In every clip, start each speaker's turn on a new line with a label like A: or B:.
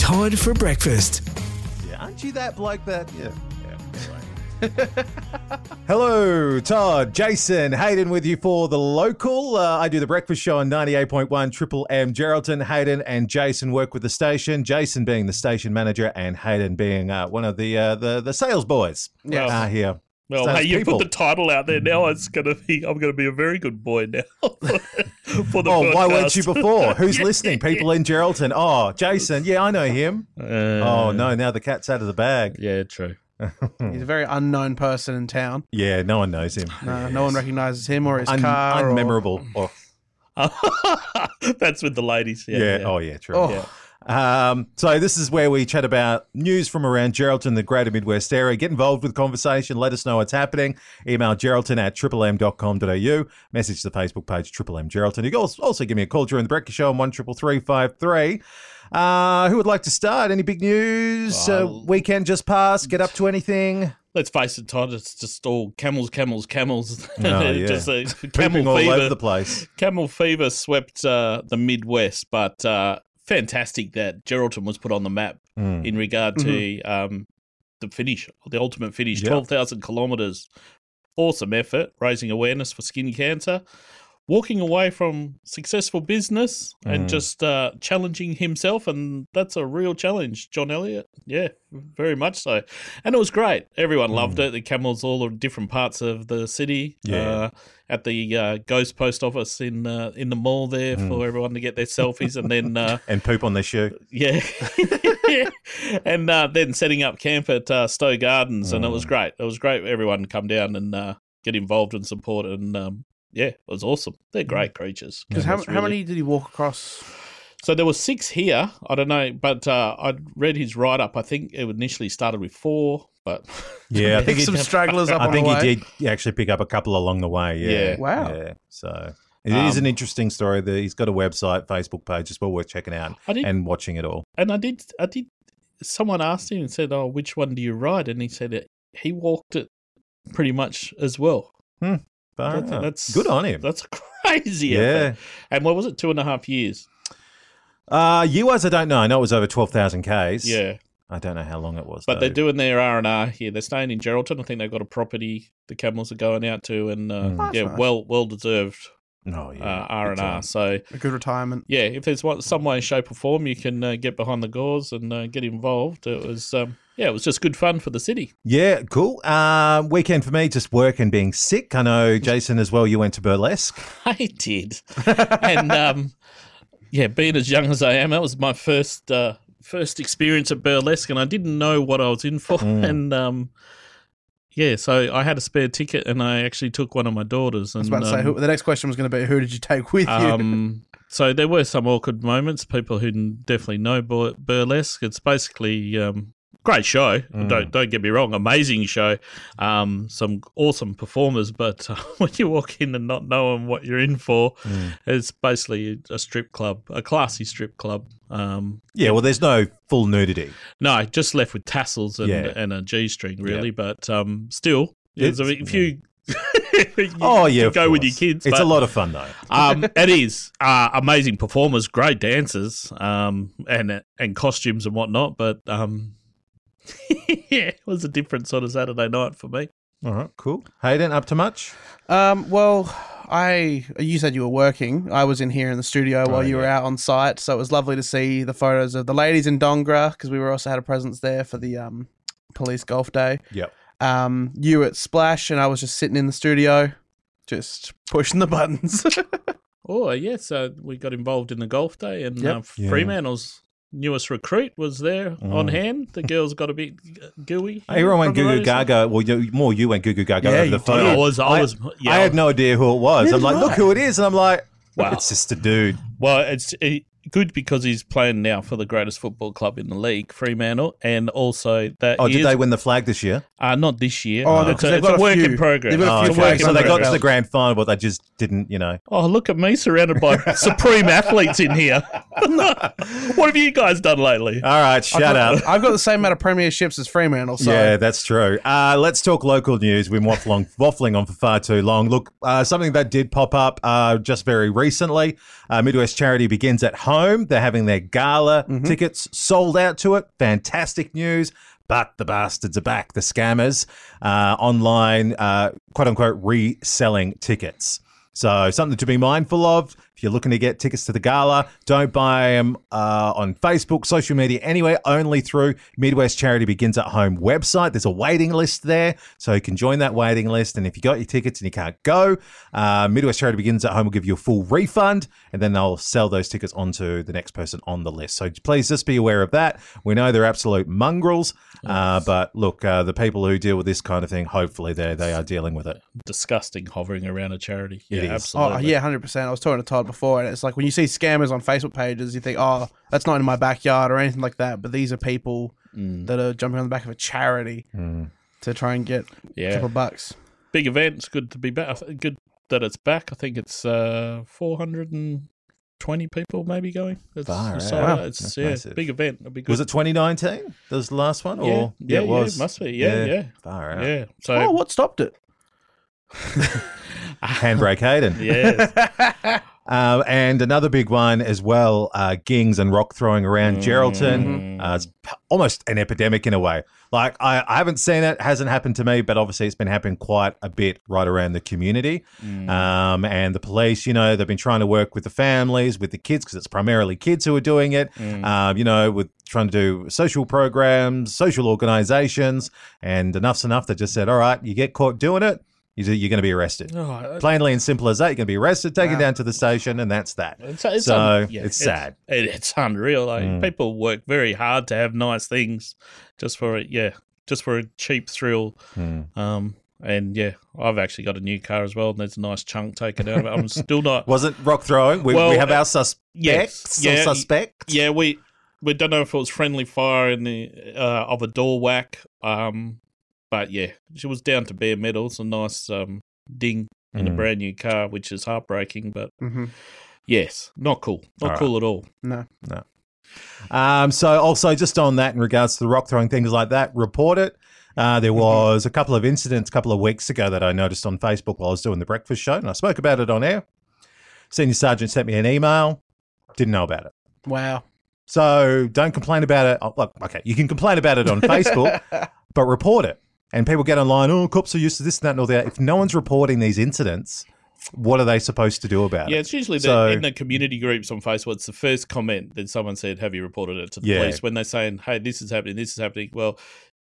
A: Hyde for breakfast.
B: Yeah, aren't you that bloke that? Yeah. yeah. Anyway.
C: Hello, Todd, Jason, Hayden with you for the local. Uh, I do the breakfast show on 98.1 Triple M Geraldton. Hayden and Jason work with the station, Jason being the station manager and Hayden being uh, one of the, uh, the the sales boys
D: Yeah.
C: uh, here.
D: Well,
C: Sounds
D: hey, you
C: people.
D: put the title out there now. It's gonna be. I'm gonna be a very good boy now. for the
C: Oh, why weren't
D: podcast.
C: you before? Who's listening? People in Geraldton. Oh, Jason. Yeah, I know him.
D: Uh,
C: Oh, no, now the cat's out of the bag.
D: Yeah, true.
B: He's a very unknown person in town. Uh,
C: Yeah, no one knows him.
B: No, no one recognizes him or his
C: Un-
B: car. or-
C: unmemorable. Or,
D: That's with the ladies. Yeah.
C: yeah,
D: yeah.
C: Oh, yeah. True.
B: Oh,
D: Yeah.
C: Um, so this is where we chat about news from around Geraldton, the greater Midwest area. Get involved with conversation. Let us know what's happening. Email geraldton at triplem.com.au. Message the Facebook page, Triple M Geraldton. You can als- also give me a call during the breakfast show on 13353. Uh, who would like to start? Any big news? Uh,
D: Well-
C: weekend just passed. Get up to anything?
D: Let's face it, Todd. It's just all camels, camels, camels.
C: Oh, yeah.
D: just uh,
C: Pooping
D: camel
C: all
D: fever.
C: over the place.
D: Camel fever swept uh, the Midwest, but uh, fantastic that Geraldton was put on the map
C: Mm.
D: in regard to um, the finish, the ultimate finish,
C: Mm-hmm. Yeah.
D: 12,000 kilometres. Awesome effort, raising awareness for skin cancer, walking away from successful business
C: Mm.
D: and just uh, challenging himself. And that's a real challenge, John Elliott. Yeah, very much so. And it was great. Everyone loved it. The camels, all the different parts of the city.
C: Mm. Yeah.
D: Uh, at the uh, ghost post office in uh, in the mall there for
C: Mm.
D: everyone to get their selfies and then uh,
C: And poop on their shoe.
D: yeah. and uh, then setting up camp at uh, Stowe Gardens, and it
C: Mm.
D: was great. It was great. Everyone come down and uh, get involved and support, and um, yeah, it was awesome. They're
C: Mm.
D: great creatures.
B: 'Cause how,
D: It's
B: how
D: really-
B: many did he walk across?
D: So there were six here. I don't know, but uh, I read his write up. I think it initially started with four, but
C: Yeah, I think,
B: Pick
C: he,
B: some stragglers up
C: I
B: on
C: think
B: the
C: he
B: way.
C: did actually pick up a couple along the way. Yeah.
D: Yeah.
B: Wow.
C: Yeah. So it is
D: Um,
C: an interesting story. That he's got a website, Facebook page. It's well worth checking out
D: I did
C: and watching it all.
D: and I did I did someone asked him and said, "Oh, which one do you ride?" And he said it, he walked it pretty much as well.
C: Far
D: That-
C: out.
D: that's-
C: uh, good on him.
D: That's crazy.
C: Yeah.
D: effort. And what was it? Two and a half years.
C: Uh, US, I don't know. I know it was over 12,000 Ks.
D: Yeah.
C: I don't know how long it was.
D: But they're
C: though.
D: doing their R and R here. They're staying in Geraldton. I think they've got a property the camels are going out to, and uh,
C: Mm.
B: That's
D: yeah,
B: nice.
D: well, well deserved
C: Oh,
D: uh,
C: yeah.
D: R and
C: Good time.
D: R. So
B: A good retirement.
D: yeah, if there's one, some way, shape, or form you can uh, get behind the gauze and uh, get involved, it was um, yeah, it was just good fun for the city.
C: Yeah, cool. Uh, weekend for me, just work and being sick. I know, Jason, as well, you went to burlesque.
D: I did, and um, yeah, being as young as I am, that was my first uh, first experience at burlesque, and I didn't know what I was in for,
C: Mm.
D: and um, yeah, so I had a spare ticket, and I actually took one of my daughters. And,
B: I was about to say,
D: um,
B: who, the next question was going to be, who did you take with you?
D: Um, so there were some awkward moments. People who n- definitely know bur- burlesque. It's basically um, great show.
C: Mm.
D: Don't don't get me wrong, amazing show. Um, some awesome performers, but uh, when you walk in and not knowing what you're in for,
C: Mm.
D: it's basically a strip club, a classy strip club. Um,
C: Yeah, well, there's no full nudity.
D: no, just left with tassels and,
C: Yeah.
D: and a g string really, but um, still, it's,
C: It's-
D: if you. you
C: Oh, yeah.
D: you
C: of
D: go with your
C: course.
D: kids.
C: It's
D: but-
C: a lot of fun, though.
D: um, it is uh, amazing performers, great dancers, um, and and costumes and whatnot. But um, yeah, it was a different sort of Saturday night for me.
C: All right, cool. Hayden, up to much?
B: Um, well, I you said you were working. I was in here in the studio while you were out on site, so it was lovely to see the photos of the ladies in Dongra because we were also had a presence there for the um, police golf day.
C: Yep.
B: Um, you at Splash, and I was just sitting in the studio, just pushing the buttons.
D: Oh yeah, so we got involved in the golf day, and
B: Yep.
D: uh,
C: Yeah.
D: Fremantle's newest recruit was there on
C: Mm.
D: hand. The girls got a bit gooey.
C: Everyone went
D: from
C: goo
D: the
C: goo
D: road,
C: gaga. Well, you, more you went goo goo gaga
B: Yeah,
C: over
B: you
C: the
B: did.
D: so-
C: photo.
D: I was, I was, yeah.
C: I had no idea who it was.
B: Neither
C: I'm like,
B: did
C: look
B: I.
C: who it is, and I'm like,
D: Wow.
C: it's just a dude.
D: Well, it's it, good because he's playing now for the greatest football club in the league, Fremantle, and also that
C: Oh, did
D: is-
C: they win the flag this year?
D: Uh, not this year.
B: Oh, no,
D: it's
B: 'cause they've
D: a, it's
B: got
D: a
B: a
D: work
B: few.
D: in progress.
B: They've got a
C: Oh,
D: It's
B: few
D: work
C: okay.
D: in
B: flags
C: So they got
D: progress.
C: to the grand final, but they just didn't, you know.
D: Oh, look at me surrounded by supreme athletes in here. what have you guys done lately?
C: All right, shut up.
B: I've got the same amount of premierships as Fremantle. So
C: Yeah, that's true. Uh, let's talk local news. We've been waffling, waffling on for far too long. Look, uh, something that did pop up uh, just very recently uh, Midwest Charity Begins at Home. home. They're having their gala
B: Mhm.
C: tickets sold out to it. Fantastic news. But the bastards are back, the scammers, uh, online, uh, quote unquote, reselling tickets. So something to be mindful of. If you're looking to get tickets to the gala, don't buy them uh, on Facebook, social media, anywhere. Only through Midwest Charity Begins at Home website. There's a waiting list there, so you can join that waiting list. And if you got your tickets and you can't go, uh, Midwest Charity Begins at Home will give you a full refund, and then they'll sell those tickets on to the next person on the list. So please just be aware of that. We know they're absolute mongrels, uh, but look, uh, the people who deal with this kind of thing, hopefully they they are dealing with it.
D: Disgusting hovering around a charity. Yeah,
C: It is.
D: absolutely.
B: Oh yeah, hundred percent. I was talking to Todd before, and it's like when you see scammers on Facebook pages, you think, "Oh, that's not in my backyard or anything like that." But these are people that are jumping on the back of a charity to try and get a
D: Yeah.
B: couple bucks.
D: Big event. It's good to be back. Good that it's back. I think it's uh, 420 people maybe going. It's,
C: Far
D: it's,
C: out.
D: all-
C: Wow.
D: it's
C: That's
D: yeah,
C: massive.
D: big event. It'll be good.
C: Was it 2019? That was the last one,
D: Yeah,
C: or
D: yeah,
C: it was.
D: yeah, must be. Yeah, yeah,
C: Far
D: yeah.
C: out.
D: So
B: oh, what stopped it?
C: Handbrake Hayden.
D: yes,
C: Uh, and another big one as well, uh, gings and rock throwing around Geraldton. Uh, it's p- almost an epidemic in a way. Like, I, I haven't seen it, hasn't happened to me, but obviously it's been happening quite a bit right around the community. Um, and the police, you know, they've been trying to work with the families, with the kids, because it's primarily kids who are doing it, um, you know, with trying to do social programs, social organizations. And enough's enough. They just said, all right, you get caught doing it, you're you're going to be arrested
D: Oh, I-
C: plainly and simple as that. You're going to be arrested, taken
B: Wow.
C: down to the station, and that's that.
D: it's, it's
C: So,
D: un-
C: it's sad.
D: It, it's unreal. Like
C: Mm.
D: people work very hard to have nice things, just for a, yeah, just for a cheap thrill.
C: Hmm.
D: Um, and yeah, I've actually got a new car as well, and there's a nice chunk taken out of it. I'm still not.
C: Wasn't rock throwing? We,
D: Well,
C: we have
D: uh,
C: our suspects.
D: yes.
C: or
D: Yeah,
C: suspect.
D: Yeah, we we don't know if it was friendly fire in the uh, of a door whack. Um, but yeah, she was down to bare metal. It's a nice um ding in a
C: Mm.
D: brand new car, which is heartbreaking. But
B: hmm
D: yes, not cool. Not
C: Alright.
D: cool at all.
B: No.
C: Um, so also just on that in regards to the rock throwing things like that, report it. Uh,
D: Mm-hmm.
C: there was a couple of incidents a couple of weeks ago that I noticed on Facebook while I was doing the breakfast show, and I spoke about it on air. Senior sergeant sent me an email. Didn't know about it.
B: Wow.
C: So don't complain about it. Oh, look, okay, you can complain about it on Facebook, but report it. And people get online, oh, cops are used to this and that and all that. If no one's reporting these incidents, what are they supposed to do about
D: Yeah,
C: it?
D: it's usually
C: So-
D: the, in the community groups on Facebook. It's the first comment that someone said, "Have you reported it to the
C: Yeah.
D: police?" When they're saying, "Hey, this is happening, this is happening," well,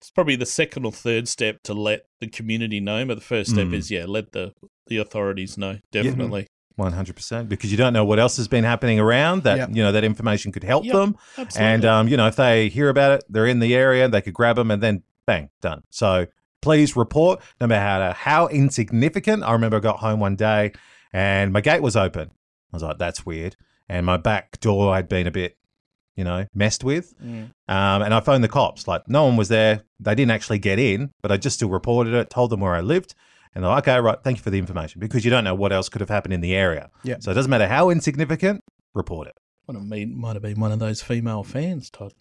D: it's probably the second or third step to let the community know. But the first step
C: Mm.
D: is, yeah, let the the authorities know. Definitely,
C: One hundred percent, because you don't know what else has been happening around. That
B: Yep.
C: you know that information could help
D: Yep,
C: them,
D: absolutely.
C: and um, you know if they hear about it, they're in the area, they could grab them, and then bang, done. So please report, no matter how insignificant. I remember I got home one day, and my gate was open. I was like, that's weird, and my back door had been a bit, you know, messed with.
D: Mm.
C: Um, and I phoned the cops. Like, no one was there. They didn't actually get in, but I just still reported it, told them where I lived. And they're like, okay, right, thank you for the information because you don't know what else could have happened in the area.
B: Yeah.
C: So it doesn't matter how insignificant, report it.
D: Might have been, might have been one of those female fans, Todd.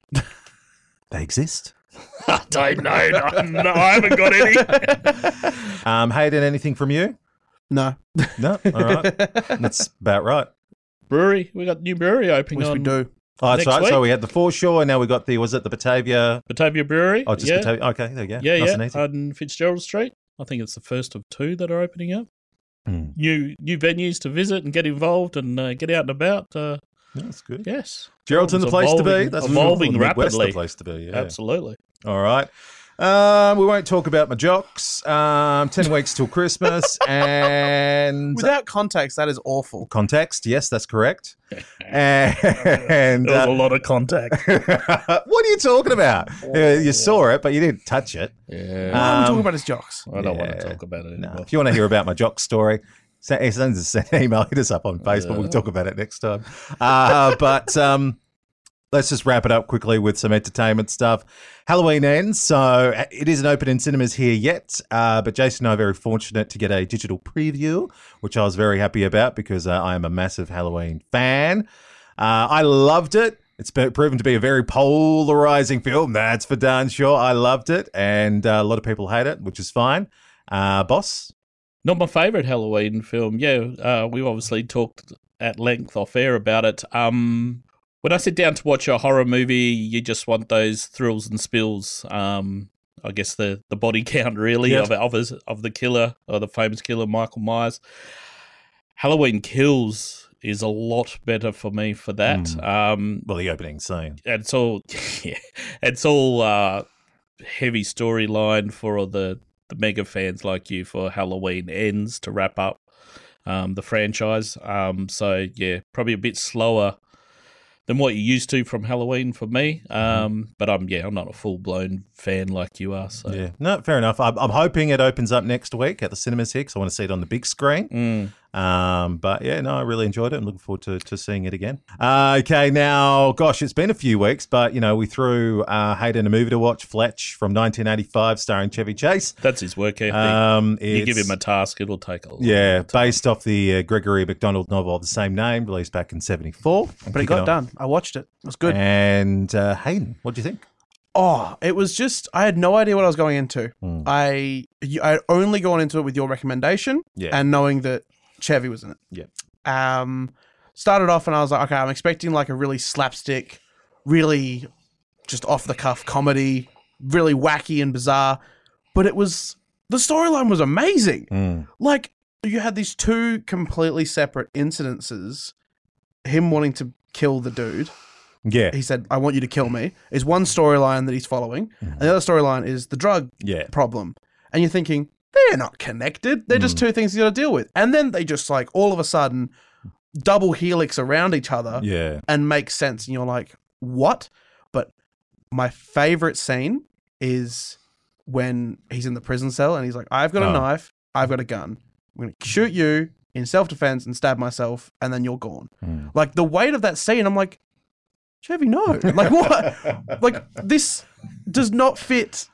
C: They exist.
D: I don't know. No, no, I haven't got any.
C: Um, Hayden, anything from you?
B: No.
C: No? All right. That's about right.
D: brewery. We got new brewery opening
B: Wish
D: on
B: we do.
C: Oh, that's
D: Next
C: right. So
D: week?
C: we had the foreshore, and now we got the, was it the Batavia?
D: Batavia Brewery.
C: Oh, just
D: yeah.
C: Batavia. Okay, there you go.
D: Yeah, Uh,
C: nice
D: yeah,
C: And easy.
D: on Fitzgerald Street. I think it's the first of two that are opening up.
C: Hmm.
D: New new venues to visit and get involved and uh, get out and about. Uh,
C: That's good.
D: yes,
C: Geraldton, the
D: It's
C: place to be.
D: evolving-
C: That's
D: evolving
C: the Midwest,
D: rapidly.
C: The place to be. Yeah.
D: absolutely.
C: All right. Um, we won't talk about my jocks. Um, 10 weeks till Christmas and
B: Without context, that is awful.
C: context. Yes, that's correct. And
D: There was a
C: uh,
D: lot of contact.
C: what are you talking about? Uh, You saw it, but you didn't touch it.
D: yeah,
B: Why are we
C: Um,
B: talking about his jocks?
D: I don't want
C: yeah.
D: to talk about it
C: No.
D: anymore.
C: If you want to hear about my jock story, send, send us an email. Hit us up on Facebook.
D: Yeah.
C: We'll talk about it next time. Uh, but um, let's just wrap it up quickly with some entertainment stuff. Halloween ends, so uh, it isn't open in cinemas here yet. Uh, but Jason and I are very fortunate to get a digital preview, which I was very happy about because uh, I am a massive Halloween fan. Uh, I loved it. It's been proven to be a very polarizing film. That's for darn sure. I loved it, and uh, a lot of people hate it, which is fine. Uh, boss,
D: Not my favorite Halloween film. Yeah, uh, we obviously talked at length off air about it. Um, when I sit down to watch a horror movie, you just want those thrills and spills. Um, I guess the the body count really
C: Yeah.
D: of of his, of the killer or the famous killer Michael Myers. Halloween Kills is a lot better for me for that.
C: Mm.
D: Um,
C: Well, the opening scene.
D: it's all yeah, it's all uh, heavy storyline for all the the mega fans like you for Halloween ends to wrap up um, the franchise. Um, so yeah, probably a bit slower than what you're used to from Halloween for me.
C: Mm-hmm.
D: Um, but I'm yeah, I'm not a full blown fan like you are. So
C: Yeah, no, fair enough. I'm, I'm hoping it opens up next week at the cinemas here 'cause I want to see it on the big screen.
D: Mm.
C: Um, but yeah, no, I really enjoyed it. I'm looking forward to, to seeing it again. Uh, okay, now, gosh, it's been a few weeks, but you know, we threw uh, Hayden a movie to watch, Fletch from 1985, starring Chevy Chase.
D: that's his work ethic.
C: Um,
D: you give
C: it's-
D: him a task, it'll take a long
C: yeah, based off the uh, Gregory MacDonald novel of the same name, released back in '74.
B: But it got done. I watched it. It was good.
C: And uh, Hayden, what do you think?
B: Oh, it was just I had no idea what I was going into.
C: Mm.
B: I you- I had only gone into it with your recommendation
C: Yeah.
B: and knowing that Chevy was in it.
C: Yeah.
B: Um started off and I was like, okay, I'm expecting like a really slapstick, really just off the cuff comedy, really wacky and bizarre, but it was the storyline was amazing
C: Mm.
B: like you had these two completely separate incidences him wanting to kill the dude
C: Yeah,
B: he said i want you to kill me is one storyline that he's following and the other storyline is the drug
C: yeah,
B: problem and you're thinking they're not connected they're just two things you got to deal with and then they just like all of a sudden double helix around each other
C: yeah.
B: and make sense. And you're like, what? But my favorite scene is when he's in the prison cell and he's like, I've got a
C: Oh.
B: knife, I've got a gun. I'm going to shoot you in self defense and stab myself, and then you're gone.
C: Mm.
B: Like the weight of that scene, I'm like, Chevy, no. Like, what? like, this does not fit.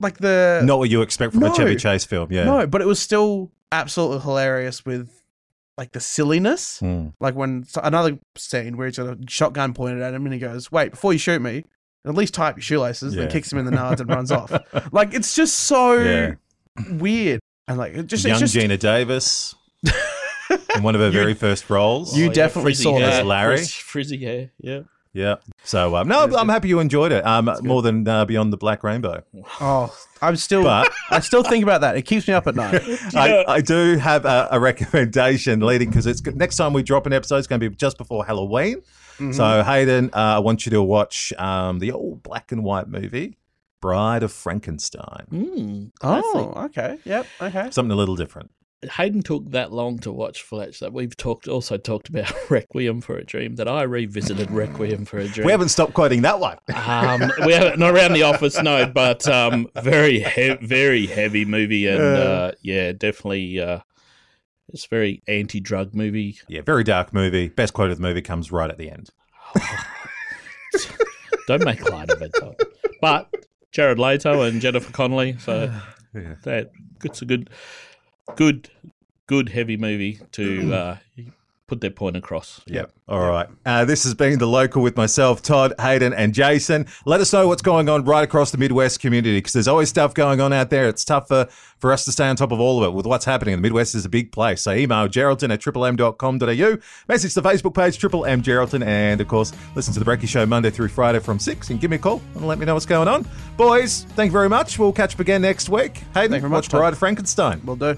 B: Like, the.
C: Not what you expect from a
B: Uh, No.
C: Chevy Chase film. Yeah.
B: No, but it was still absolutely hilarious with like the silliness
C: Mm.
B: like when so another scene where he's got a shotgun pointed at him and he goes, "Wait, before you shoot me, at least tie up your shoelaces."
C: Yeah.
B: Then kicks him in the nards and runs off. Like it's just so
C: Yeah.
B: weird and like it just
C: Young
B: it's just
C: Gina Davis in one of her very first roles.
B: you definitely
D: Oh, frizzy
B: saw
D: hair,
C: that. Larry.
D: frizz- Frizzy hair, yeah.
C: yeah. So um, no, I'm, I'm happy you enjoyed it. Um, more than uh, Beyond the Black Rainbow.
B: oh, I'm still
C: But
B: I still think about that. It keeps me up at night.
C: I, I do have a, a recommendation leading because it's next time we drop an episode, it's going to be just before Halloween.
B: Mm-hmm.
C: So Hayden, uh, I want you to watch um, the old black and white movie, Bride of Frankenstein.
D: Mm.
B: Oh, okay. Yep. Okay.
C: Something a little different.
D: Hayden took that long to watch Fletch that we've talked also talked about Requiem for a Dream that I revisited Requiem for a Dream.
C: We haven't stopped quoting that one.
D: um, we haven't not around the office, no, but um, very he- very heavy movie and uh, yeah, definitely uh, it's a very anti-drug movie.
C: Yeah, very dark movie. Best quote of the movie comes right at the end.
D: Don't make light of it, though. but Jared Leto and Jennifer Connelly, so
C: Yeah.
D: that it's a good, good, good heavy movie
C: Mm-hmm.
D: to uh, put their point across.
C: Yep. All right. Uh, this has been The Local with myself, Todd, Hayden, and Jason. Let us know what's going on right across the Midwest community because there's always stuff going on out there. It's tough for, for us to stay on top of all of it with what's happening. The Midwest is a big place. So email geraldton at triplem.com.au, message the Facebook page, Triple M Geraldton, and of course, listen to The Brecky Show Monday through Friday from 6 and give me a call and let me know what's going on. Boys, thank you very much. We'll catch up again next week. Hayden,
B: Thank you very
C: watch
B: much, Todd.
C: Bride of Frankenstein.
B: Will do.